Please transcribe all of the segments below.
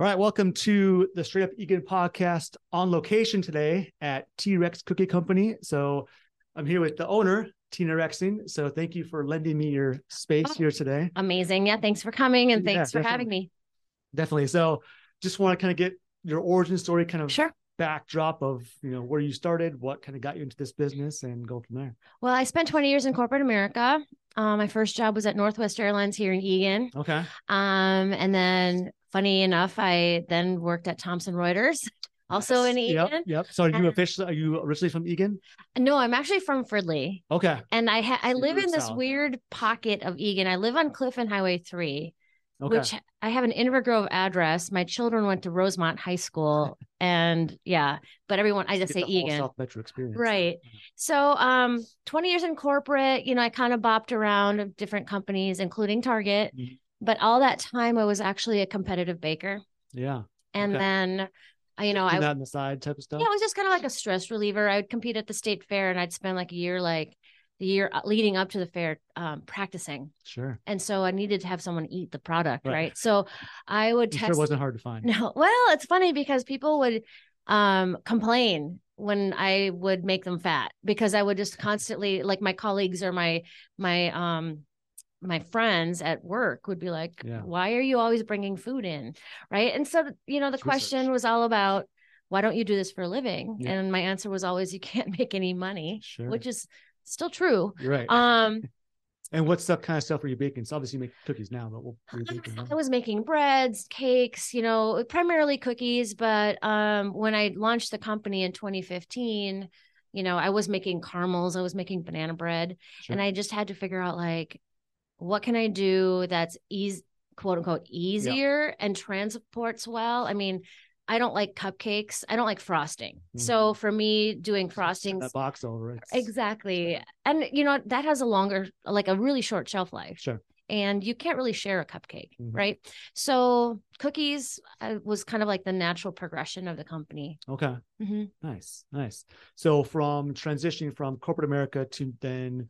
All right, welcome to the Straight Up Egan podcast on location today at T Rex Cookie Company. So I'm here with the owner, Tina Rexing. So thank you for lending me your space Oh. here today. Amazing. Yeah. Thanks for coming and Yeah, thanks for having me. Definitely. So just want to kind of get your origin story, kind of Sure. backdrop of you know where you started, what kind of got you into this business, and go from there. Well, I spent 20 years in corporate America. Uh, my first job was at Northwest Airlines here in Eagan. Okay. Um, and then, funny enough, I then worked at Thomson Reuters, also in Uh-huh. Nice. Eagan. Yep. Yep. So are you And- officially are you originally from Egan? No, I'm actually from Fridley. Okay. And I ha- I Your live in roots this out. weird pocket of Eagan. I live on Cliff and Highway 3, Okay. which I have an Inver Grove address. My children went to Rosemont High School. and yeah, but everyone, I just Get say the whole Eagan. South Metro experience. Right. So, um, 20 years in corporate, you know, I kind of bopped around of different companies, including Target. Mhm. But all that time, I was actually a competitive baker. Yeah. And Okay. then, I- you know, Oh, I, Doing that yeah, on the side type of stuff. I was just kind of like a stress reliever. I would compete at the state fair and I'd spend like a year, like the year uh, leading up to the fair, um, practicing. Sure. And so I needed to have someone eat the product. Right. Right. So I would I'm test. sure it wasn't hard to find. No. Well, it's funny because people would um complain when I would make them fat because I would just constantly like my colleagues or my my um my friends at work would be like, Yeah. "Why are you always bringing food in?" Right? And so, you know, the It's question research. was all about why don't you do this for a living? Yeah. And my answer was always you can't make any money, Sure. which is still true. You're right. Um and what stuff kind of stuff were you baking? So obviously you make cookies now, but what were you baking? then? I was making breads, cakes, you know, primarily cookies. But um, when I launched the company in 2015, you know, I was making caramels, I was making banana bread, Sure. and I just had to figure out like, what can I do that's easy, quote unquote, easier and transports well. I mean, I don't like cupcakes. I don't like frosting. Mhm. So for me, doing Send frostings that box over. It's, Exactly. And you know, that has a longer, like a really short shelf life. Sure. And you can't really share a cupcake, Mhm. right? So cookies uh, was kind of like the natural progression of the company. Okay. hmm Nice. Nice. So from transitioning from corporate America to then,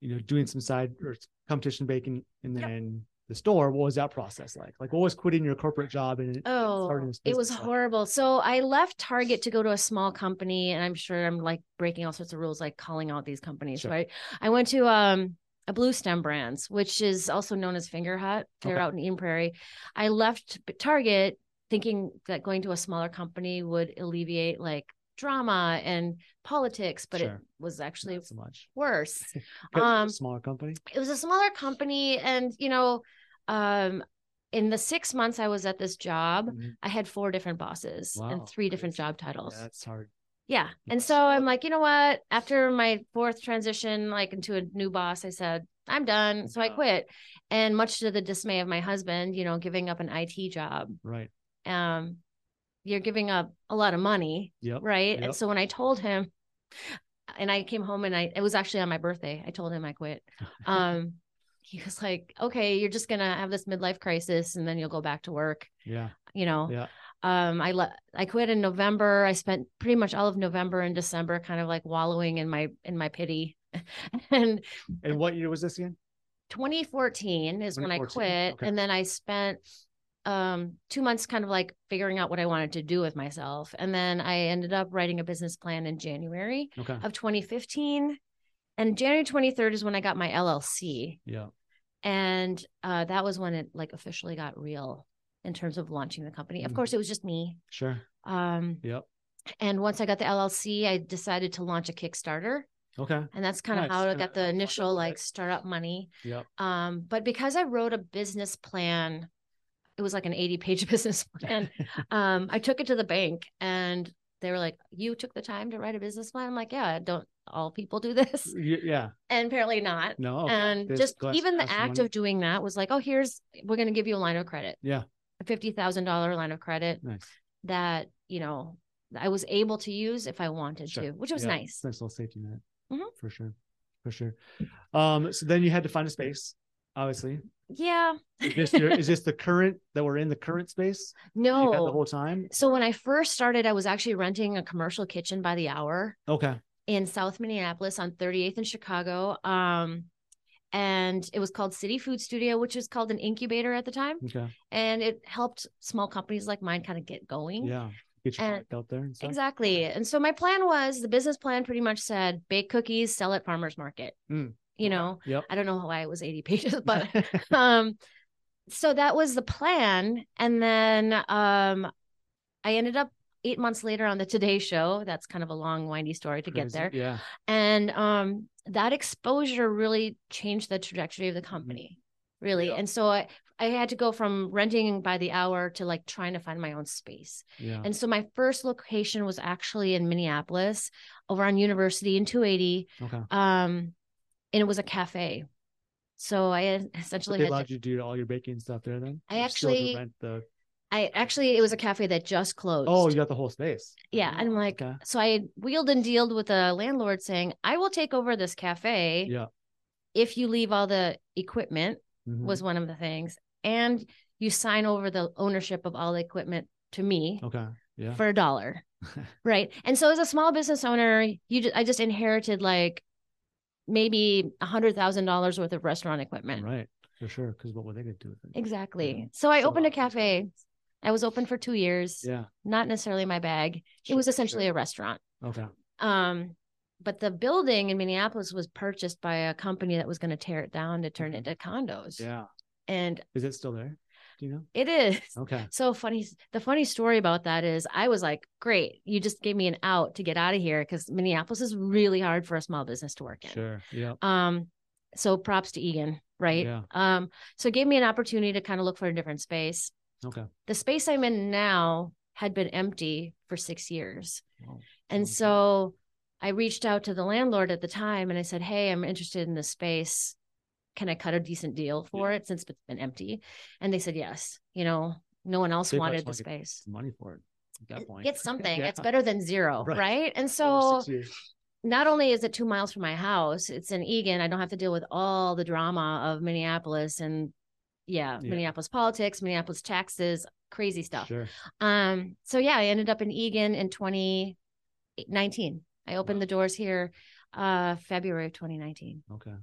you know, doing some side or competition baking and Yep. then the store, what was that process like? Like what was quitting your corporate job and and starting Oh, this it was business like? horrible. So I left Target to go to a small company, and I'm sure I'm like breaking all sorts of rules, like calling out these companies, Sure. right? I went to um a Blue Stem Brands, which is also known as Finger Hut. They're Okay. out in Eden Prairie. I left B- Target thinking that going to a smaller company would alleviate like drama and politics, but it Sure. was actually Not so much. worse. Good, um, smaller company. it was a smaller company, and you know, um, in the six months I was at this job. Mhm. I had four different bosses Wow, and three different crazy. job Yeah, titles. Yeah. that's hard. And so I'm like, you know what? After my fourth transition, like into a new boss, I said, I'm done. So I Oh, Wow. quit. And much to the dismay of my husband, you know, giving up an IT job, Right. um, you're giving up a lot of money. Yep. Right. Yep. And so when I told him, and I came home and I, it was actually on my birthday, I told him I quit. Um, he was like, okay, you're just going to have this midlife crisis and then you'll go back to work, Yeah. you know? Yeah. um i le- i quit in november i spent pretty much all of november and december kind of like wallowing in my in my pity and And what year was this again? 2014 is when i 2014, quit okay. and then i spent um 2 months kind of like figuring out what i wanted to do with myself and then i ended up writing a business plan in january Okay. of 2015 and january 23rd is when i got my llc Yeah. and uh that was when it like officially got real in terms of launching the company of Mhm. course it was just me Sure. um Yep. and once I got the LLC, I decided to launch a Kickstarter, Okay. and that's kind Nice. of how I Kinda got the funded initial it. like startup money. Yep. Um, but because I wrote a business plan, it was like an eighty-page business plan. um, I took it to the bank, and they were like, "You took the time to write a business plan?" I'm like, "Yeah, don't all people do this?" Y- yeah. And apparently not. No. okay. and This just Oh, glass even the house you act wanna- of doing that was like, "Oh, here's we're going to give you a line of credit." Yeah. A fifty thousand dollar line of credit Nice. that you know I was able to use if I wanted Sure. to, which was Yeah, nice. It's a nice little safety net. Mhm. For sure. For sure. Um, so then you had to find a space, obviously. Yeah, Is this, your, is this the current that we're in the current space? that You had the no. whole time. So when I first started, I was actually renting a commercial kitchen by the hour Okay. in South Minneapolis on 38th and Chicago. Um, and it was called City Food Studio, which was called an incubator at the time, Okay. and it helped small companies like mine kind of get going. Yeah. Get your And- product out there. And stuff. Exactly. And so my plan was the business plan pretty much said bake cookies, sell at farmers market. Mm. You know, Yep. I don't know why it was 80 pages, but um so that was the plan and then um I ended up 8 months later on the Today show. That's kind of a long windy story to get Crazy. there. Yeah. And um that exposure really changed the trajectory of the company. Really. Mm-hmm. Yeah. And so I I had to go from renting by the hour to like trying to find my own space. Yeah. And so my first location was actually in Minneapolis over on University in 280. okay. Um, and it was a cafe. So I But essentially they had to- allowed you to do all your baking stuff there then? I You still had to actually- rent the I actually it was a cafe that just closed. Oh, you got the whole space. yeah. And I'm like, Oh, Okay. so I wheeled and dealed with a landlord saying, I will take over this cafe Yeah. if you leave all the equipment, Mhm. was one of the things. And you sign over the ownership of all the equipment to me. okay. Oh, Yeah. for a dollar. right. And so as a small business owner, you just, I just inherited like maybe a hundred thousand dollars worth of restaurant equipment. Right. For sure. Because what were they going to do with it? Exactly. Yeah. So I So- opened a cafe. I was open for two years. Yeah. Not necessarily my bag. Sure, it was sure. essentially a restaurant. Okay. Um, but the building in Minneapolis was purchased by a company that was going to tear it down to turn Mhm. it into condos. Yeah. And Is it still there? Do you know? it is. Okay. So funny. The funny story about that is I was like, great, you just gave me an out to get out of here because Minneapolis is really hard for a small business to work in. Sure. Yeah. Um, so props to Egan, right? Yeah. Um, so it gave me an opportunity to kind of look for a different space. Okay. The space I'm in now had been empty for six years. Wow. And Okay. so I reached out to the landlord at the time and I said, Hey, I'm interested in this space. Can I cut a decent deal for it since it's been empty? And they said, Yes. You know, no one else They probably wanted the just wanna space. Some money for it at that point. Get something. Yeah. It's better than zero. Right. Right. And Over so six years. not only is it two miles from my house, it's in Egan. I don't have to deal with all the drama of Minneapolis and yeah, Yeah. Minneapolis politics, Minneapolis taxes, crazy stuff. Sure. Um, so yeah, I ended up in Egan in 2019. I opened Wow. the doors here uh February of 2019. Okay.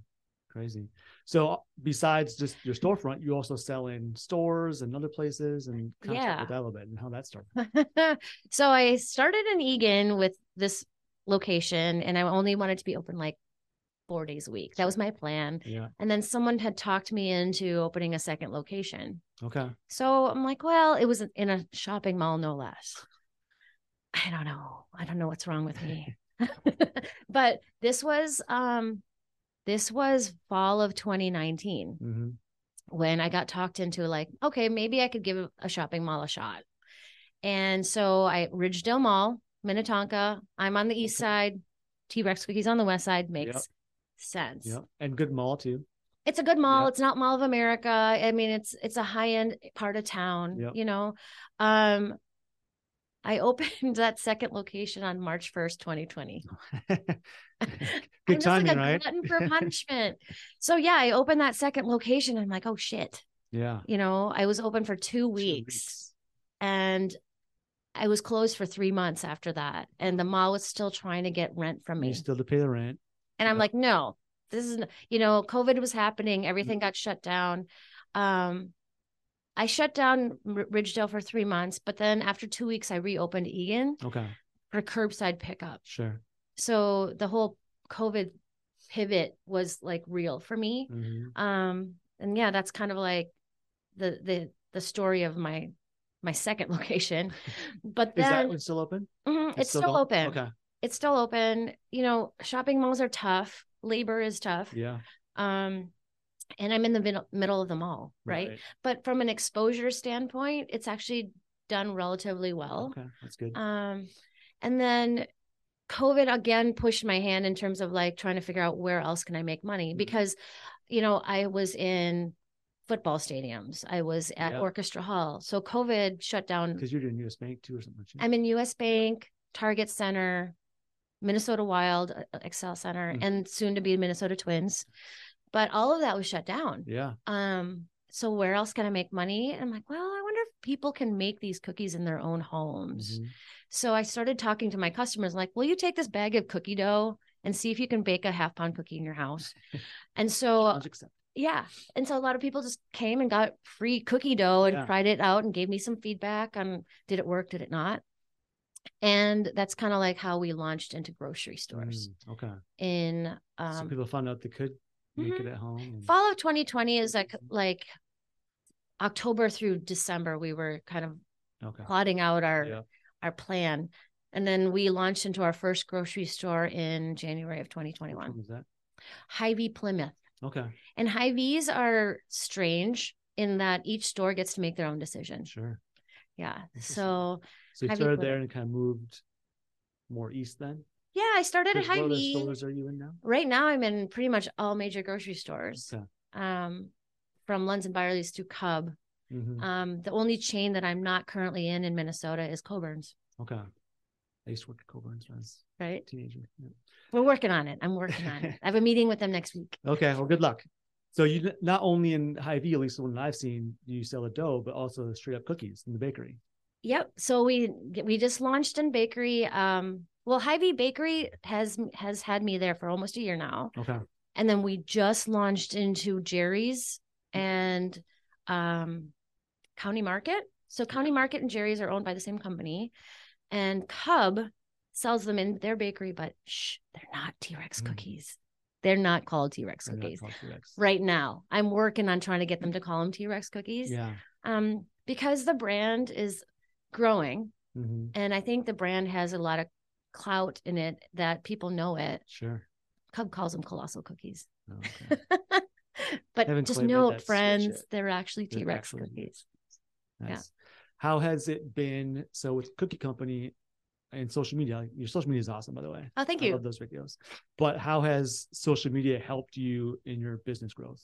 Crazy. So uh, besides just your storefront, you also sell in stores and other places and kind of talk Yeah. about that a little bit and how that started. so I started in Egan with this location and I only wanted to be open like 4 days a week. That was my plan. Yeah. And then someone had talked me into opening a second location. Okay. So I'm like, well, it was in a shopping mall, no less. I don't know. I don't know what's wrong with me. but this was um this was fall of 2019 hmm when I got talked into like, okay, maybe I could give a shopping mall a shot. And so I Ridgedale Mall, Minnetonka. I'm on the east side. T Rex cookies on the west side makes Yep. sense Yeah. And good mall too. it's a good mall. Yeah. It's not Mall of America. I mean, it's it's a high end part of town. Yep. You know, um, I opened that second location on March first, twenty twenty. good timing, like a right? glutton for punishment. so yeah, I opened that second location. I'm like, oh shit. Yeah. You know, I was open for two Two weeks, and I was closed for three months after that, and the mall was still trying to get rent from And me. you still to pay the rent. And I'm Yeah. Mm-hmm. like, no, this is, you know, COVID was happening. Everything got shut down. Um, I shut down R- Ridgedale for three months, but then after two weeks, I reopened Egan Okay. for curbside pickup. Sure. So the whole COVID pivot was like real for me. hmm Um, and yeah, that's kind of like the, the, the story of my, my second location, but Is that then one still open? Mhm, it's, still, going? open. Okay. It's still open. You know, shopping malls are tough. Labor is tough Yeah. um and i'm in the middle, middle of the mall right? but from an exposure standpoint it's actually done relatively well Okay. That's good. um and then covid again pushed my hand in terms of like trying to figure out where else can i make money Mhm. because you know i was in football stadiums i was at Yeah. orchestra hall so covid shut down Because you're doing US Bank too or something. aren't you? um, I'm in US Bank, Target Center, Minnesota Wild, uh, Excel Center, Mm. and soon to be Minnesota Twins. But all of that was shut down. yeah. Um, so where else can I make money? And I'm like, well, I wonder if people can make these cookies in their own homes. Mhm. So I started talking to my customers, like, will you take this bag of cookie dough and see if you can bake a half pound cookie in your house. And so Challenge accepted. yeah. And so a lot of people just came and got free cookie dough and Yeah. tried it out and gave me some feedback on did it work, did it not? And that's kind of like how we launched into grocery stores Mm, okay. in so um, Mm-hmm. people found out they could make it at home. and- fall of 2020 is like Mm-hmm. like October through December we were kind of okay. plotting out our Yeah. our plan. And then we launched into our first grocery store in January of Which 2021, one was that? Hy-Vee Plymouth. Okay. And Hy-Vees are strange in that each store gets to make their own decision. Sure. Yeah. Interesting. So So you Hy-Vee started Plymouth. there and kind of moved more east then? yeah, I started at Which- What other Hy-Vee. stores are you in now? Right now, I'm in pretty much all major grocery stores, Okay. um, from Lunds and Byerly's to Cub. Mhm. Um, the only chain that I'm not currently in in Minnesota is Coburn's. Okay. I used to work at Coburn's when I was Right. a teenager. Yeah. We're working on it. I'm working on it. I have a meeting with them next week. Okay, well, good luck. So you n- not only in Hy-Vee, at least the one I've seen, you sell the dough, but also the straight up cookies in the bakery. Yep. So we we just launched in bakery. Um, well, Hy-Vee Bakery has has had me there for almost a year now, Okay, and then we just launched into Jerry's and um, County Market. So County Market and Jerry's are owned by the same company, and Cub sells them in their bakery, but shh, they're not T Rex Mm. cookies. They're not called T Rex They're not cookies called T-Rex. right now. I'm working on trying to get them to call them T Rex cookies, Yeah. um, because the brand is growing hmm and I think the brand has a lot of clout in it that people know it. Sure. Cub calls them colossal cookies. Oh, Okay. But Haven't just flavored that note, switch friends, yet. they're actually They're T Rex actually- cookies. Yeah. Nice. How has it been? So with Cookie Company and social media, your social media is awesome, by the way. Oh, thank I you. love those videos. But how has social media helped you in your business growth?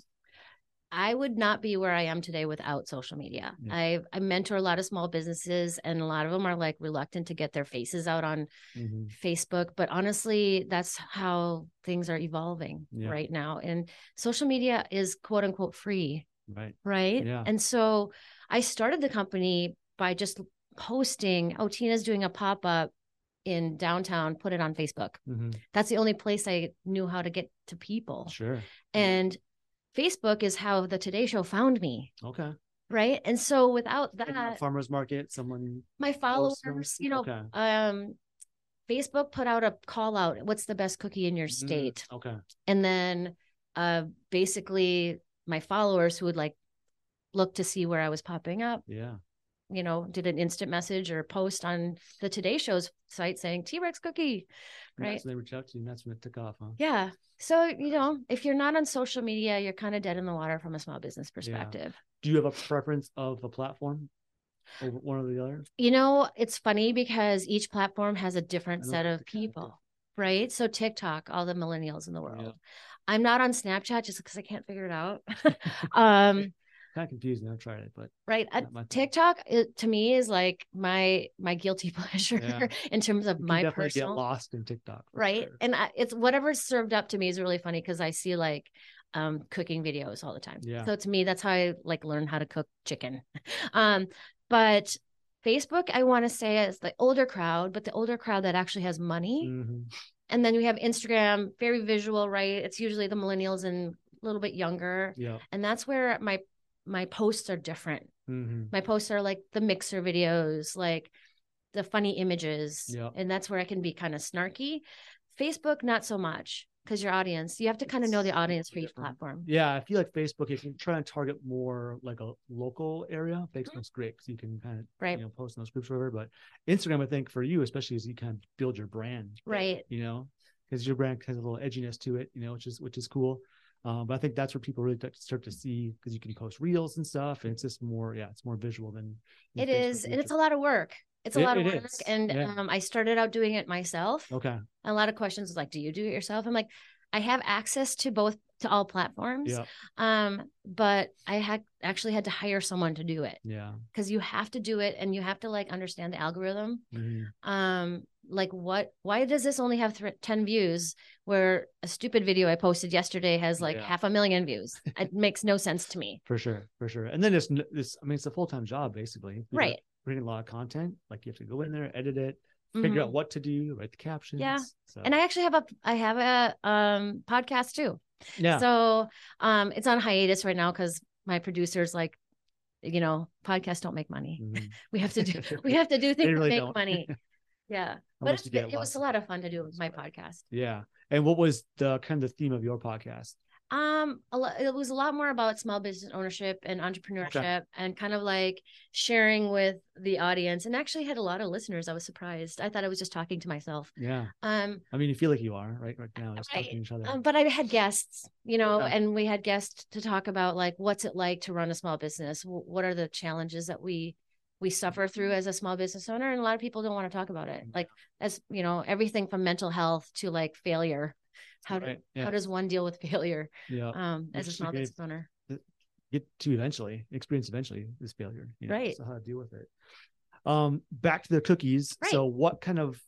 I would not be where I am today without social media. Yeah. I I mentor a lot of small businesses and a lot of them are like reluctant to get their faces out on Mm-hmm. Facebook, but honestly, that's how things are evolving Yeah. right now and social media is quote unquote free. Right. right? Yeah. And so I started the company by just posting, oh, Tina's doing a pop up in downtown, put it on Facebook. hmm That's the only place I knew how to get to people. Sure. And Facebook is how the Today Show found me, Okay. right? And so without Like a that, Farmers market, someone my close to- followers, you know, Okay. um, Facebook put out a call out, what's the best cookie in your Mm, state? okay. and then uh basically my followers who would like look to see where i was popping up Yeah. you know did an instant message or post on the today show's site saying t-rex cookie And Right. That's when they reached out to you, and that's when it took off, huh? yeah so you know if you're not on social media you're kind of dead in the water from a small business perspective Do you have a preference of a platform over one or the other? you know it's funny because each platform has a different I know set it's of a character. people right so tiktok all the millennials in the world i'm not on snapchat just because i can't figure it out um Kind of confusing. I've tried it, but right uh, not my thing. tiktok it, to me is like my my guilty pleasure Yeah. in terms of you can my definitely personal get lost in TikTok. for right sure. and I, it's whatever's served up to me is really funny because i see like um cooking videos all the time Yeah. so to me that's how i like learn how to cook chicken um but facebook i want to say is the older crowd but the older crowd that actually has money Mhm. and then we have instagram very visual right it's usually the millennials and a little bit younger Yeah. and that's where my my posts are different hmm my posts are like the mixer videos like the funny images Yeah. and that's where i can be kind of snarky facebook not so much because your audience you have to kind of know the It's audience for each different. platform Yeah, I feel like Facebook. If you try and target more like a local area, Facebook's great because you can kind of Mm-hmm. right you know post in those groups or whatever. But Instagram, I think for you especially, is you kind of build your brand. right you know, because your brand has a little edginess to it, you know, which is which is cool. Um, but I think that's where people really t- start Mm-hmm. to see because you can post reels and stuff, and it's just more, yeah, it's more visual than you it know, is Facebook and it's a reels. lot of work it's a It- lot of it work is, and yeah. Oh. um, i started out doing it myself okay, a lot of questions was like do you do it yourself i'm like i have access to both to all platforms yeah, um but i had actually had to hire someone to do it yeah, because you have to do it and you have to like understand the algorithm mhm, um like what why does this only have thr 10 views where a stupid video i posted yesterday has like Yeah. half a million views it makes no sense to me for sure, for sure. And then it's n- it's, I mean, it's a full time job basically. You gotta right create a lot of content, like you have to go in there, edit it, figure out what to do, write the captions. Yeah. So, Mm-hmm. And I actually have a I have a um podcast too. yeah. So um it's on hiatus right now because my producers like, you know, podcasts don't make money. Mhm. We have to do we have to do things really to make don't. money. Yeah. but Unless it's, you get it was lots a lot of fun to do with my podcast. Yeah. And what was the kind of the theme of your podcast? Um, a lot, it was a lot more about small business ownership and entrepreneurship and kind of like sharing with the audience and actually had a lot of listeners. I was surprised. I thought I was just talking to myself. Yeah. Um, I mean, you feel like you are right right now, just Right. talking to each other. um, but I had guests, you know, Yeah. and we had guests to talk about like what's it like to run a small business? Wh- What are the challenges that we we suffer through as a small business owner? And a lot of people don't want to talk about Mm-hmm. it. Like as you know, everything from mental health to like failure. How do, Right. Yeah. how does one deal with failure yeah. um, as a Which small gave- business owner? get to eventually experience eventually this failure you know, Right. so how to deal with it um back to the cookies Right. so what kind of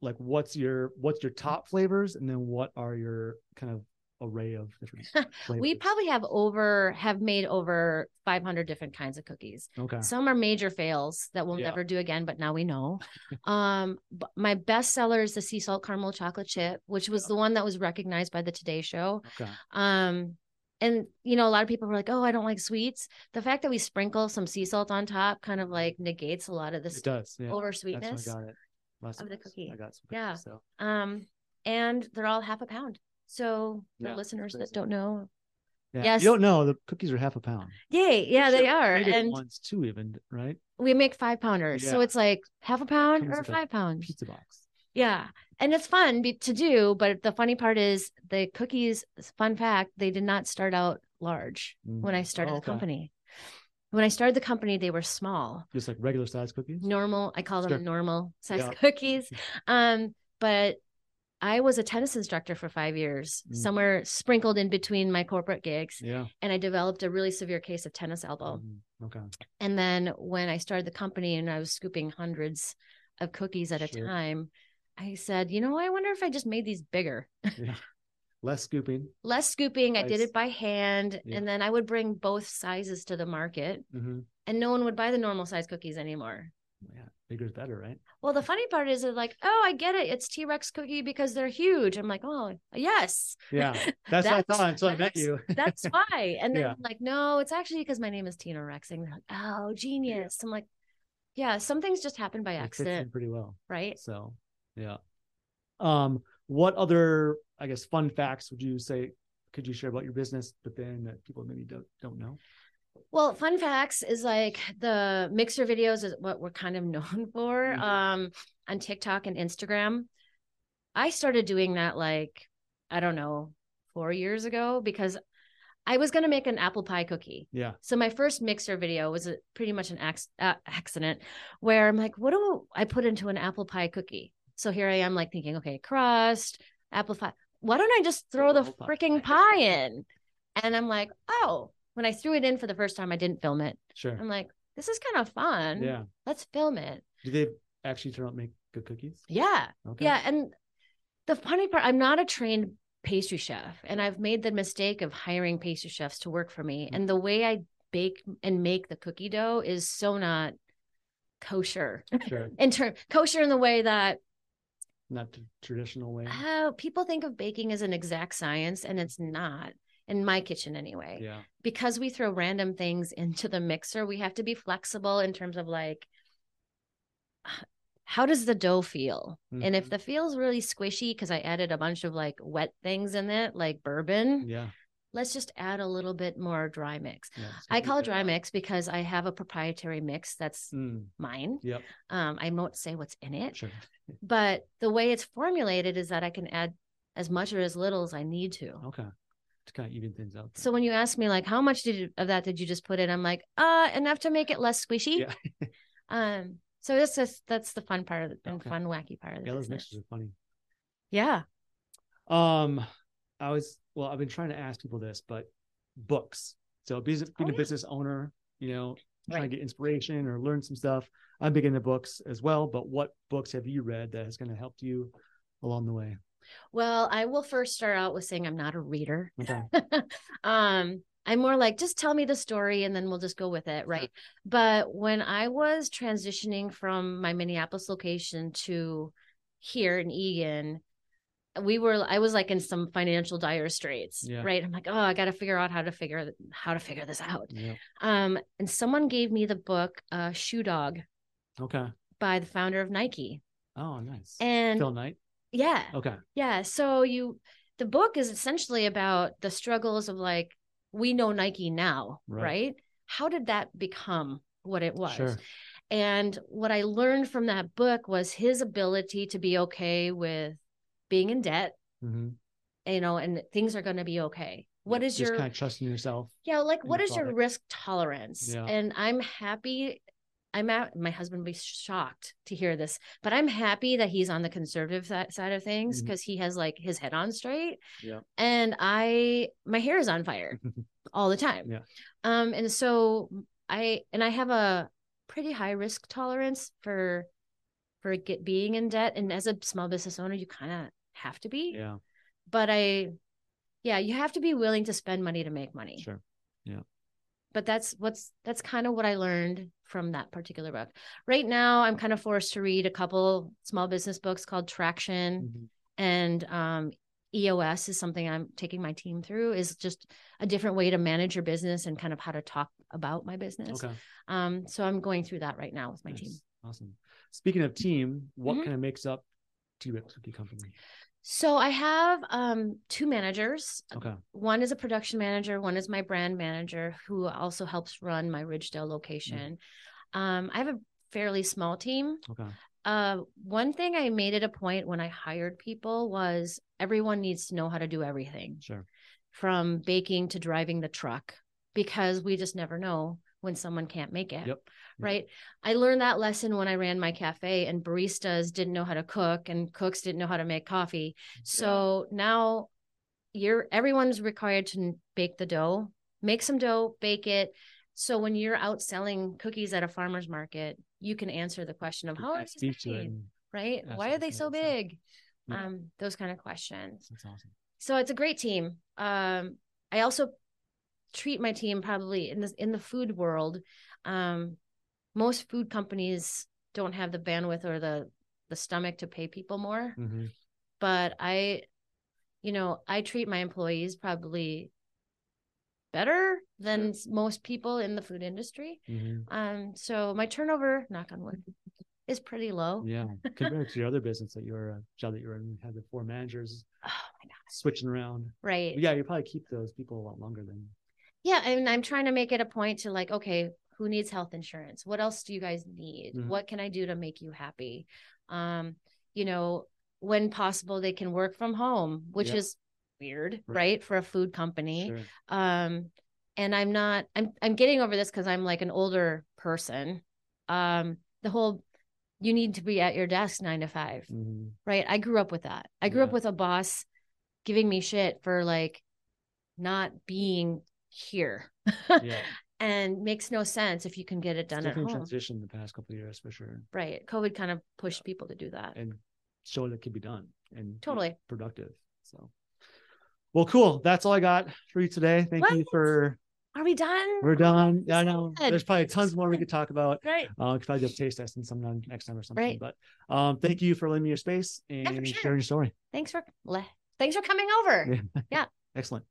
like what's your what's your top flavors and then what are your kind of array of different flavors? We probably have over have made over 500 different kinds of cookies. okay Some are major fails that we'll Yeah. never do again, but now we know. um, but my best seller is the sea salt caramel chocolate chip, which was the one that was recognized by the Today Show. okay Um, and you know, a lot of people were like, "Oh, I don't like sweets." The fact that we sprinkle some sea salt on top kind of like negates a lot of this it does yeah over that's sweetness. how i got it last of the time. cookie. i got some Yeah. cookies, so Um, and they're all half a pound. So for Yeah, that's listeners that amazing. don't know, yeah Yes. you don't know the cookies are half a pound yay, yeah, they Shit, are. maybe And one's two even right we make five pounders so Yeah. it's like half a pound Comes or with a five pounds pizza box yeah and it's fun be- to do but the funny part is the cookies fun fact they did not start out large when i Mm. started Oh, the okay. company when i started the company they were small just like regular size cookies normal i call them Sure. normal size Yeah. cookies um but i was a tennis instructor for five years Mm. somewhere sprinkled in between my corporate gigs yeah and i developed a really severe case of tennis elbow Mhm. okay and then when I started the company and I was scooping hundreds of cookies at a Sure. time, I said, you know, I wonder if I just made these bigger. less scooping Less scooping. I did Nice. it by hand. Yeah. And then I would bring both sizes to the market hmm and no one would buy the normal size cookies anymore. yeah bigger is better right Well, the funny part is they're like, oh, I get it. It's T Rex cookie because they're huge. I'm like, oh, yes, Yeah, that's, what I That's- thought until I met that's- you. that's why. And then Yeah. I'm like, no, it's actually because my name is Tina Rexing. They're like, oh, genius. I'm like, yeah, some things just happen by It fits in accident, pretty well. right? So, yeah. Um, what other, I guess, fun facts would you say could you share about your business, but then that people maybe don't don't know? Well, fun facts is like the mixer videos is what we're kind of known for Mhm. um, on TikTok and Instagram. I started doing that like, I don't know, four years ago because I was going to make an apple pie cookie. Yeah, So my first mixer video was a, pretty much an ac- uh, accident where I'm like, what do I put into an apple pie cookie? So here I am like thinking, okay, crust, apple pie. Why don't I just throw the Apple pie. freaking pie in? And I'm like, oh, when I threw it in for the first time, I didn't film it. sure. I'm like, this is kind of fun. Yeah. Let's film it. Do they actually turn out make good cookies? Yeah. Okay. Yeah. And the funny part, I'm not a trained pastry chef, and I've made the mistake of hiring pastry chefs to work for me. Mm. And the way I bake and make the cookie dough is so not kosher Sure. in term kosher in the way that Not the traditional way. oh, people think of baking as an exact science, and it's not in my kitchen anyway. Yeah. Because we throw random things into the mixer, we have to be flexible in terms of like how does the dough feel? And if Mhm. the feel's really squishy, because I added a bunch of like wet things in it, like bourbon, Mm-hmm. Yeah. let's just add a little bit more dry mix. yeah so I you call it get- dry mix because I have a proprietary mix that's Mm, mine. Yep. Um, I won't say what's in it, Sure. but the way it's formulated is that I can add as much or as little as I need to. Okay. To kind of even things out. So when you ask me like how much did you, of that did you just put in, I'm like, uh, enough to make it less squishy. Yeah. um, so that's just that's the fun part of the, and Okay. fun wacky part of the yeah, those business. mixtures are funny. Yeah. Um, I was well, I've been trying to ask people this, but books. So business, being Oh, a yeah. business owner, you know, trying Right. to get inspiration or learn some stuff. I'm big into books as well. But what books have you read that has kind of helped you along the way? Well, I will first start out with saying I'm not a reader. Okay. um, I'm more like, just tell me the story and then we'll just go with it. Right. But when I was transitioning from my Minneapolis location to here in Egan, we were I was like in some financial dire straits. Yeah. Right. I'm like, oh, I gotta figure out how to figure how to figure this out. Yeah. Um, and someone gave me the book uh Shoe Dog Okay. by the founder of Nike. Oh, nice. And Phil Knight. yeah. Okay. Yeah. So you, the book is essentially about the struggles of like, we know Nike now, Right. right? How did that become what it was? Sure. And what I learned from that book was his ability to be okay with being in debt, Mm-hmm. you know, and things are going to be okay. What is Just your kind of trusting yourself? yeah, like in what your is your product. risk tolerance? Yeah. And I'm happy. I'm at my husband would be shocked to hear this, but I'm happy that he's on the conservative si- side of things Mhm. because he has like his head on straight. Yeah. And I, my hair is on fire all the time. Yeah. Um, and so I, and I have a pretty high risk tolerance for, for get, being in debt. And as a small business owner, you kind of have to be, yeah. but I, yeah, you have to be willing to spend money to make money Sure. but that's what's that's kind of what I learned from that particular book. Right now, I'm kind of forced to read a couple small business books called Traction Mhm. and um, EOS is something I'm taking my team through. Is just a different way to manage your business and kind of how to talk about my business. Okay. Um, so I'm going through that right now with my team. Nice. Awesome. Speaking of team, what Mhm. kind of makes up T Rex Cookie Company? So I have um, two managers. Okay. One is a production manager. One is my brand manager, who also helps run my Mm. Ridgedale location. Um, I have a fairly small team. Okay. Uh, one thing I made it a point when I hired people was everyone needs to know how to do everything Sure. from baking to driving the truck because we just never know when someone can't make it. Yep. Yep. Right. I learned that lesson when I ran my cafe, and baristas didn't know how to cook, and cooks didn't know how to make coffee. So now you're everyone's required to n- bake the dough, make some dough, bake it. So when you're out selling cookies at a farmer's market, you can answer the question of You how kinda are speak these to it made, and- right? ask Why it are they for so yourself. big? Yeah. Um, those kind of questions. That's awesome. So it's a great team. Um, I also treat my team probably in this in the food world. Um, most food companies don't have the bandwidth or the the stomach to pay people more Mhm. but I, you know, I treat my employees probably better than s- most people in the food industry. Mhm. Um, so my turnover, knock on wood, is pretty low. Yeah. Compared to your other business that you were uh, job that you were in, you had the four managers Oh my God. switching around. Right. Yeah, you probably keep those people a lot longer than Yeah, and I'm trying to make it a point to like, okay, who needs health insurance? What else do you guys need? Mhm. What can I do to make you happy? Um, you know, when possible, they can work from home, which Yeah. is weird, Right. right. for a food company. Sure. Um, and I'm not, I'm, I'm getting over this because I'm like an older person. Um, the whole, you need to be at your desk nine to five Mhm. right? I grew up with that. I grew Yeah. up with a boss giving me shit for like not being here. Yeah. and makes no sense if you can get it done at Definitely home. transition the past couple of years for sure. Right. COVID kind of pushed people to do that. And show that it can be done and be Totally. productive. So well, cool. That's all I got for you today. Thank you What? for Are we done? we're done. Yeah, I know. Good. There's probably tons more we could talk about. right. Uh, we could probably do a taste testing sometime next time or something. Right. But um, thank you for lending me your space and for sure. sharing your story. Thanks for le- thanks for coming over. Excellent.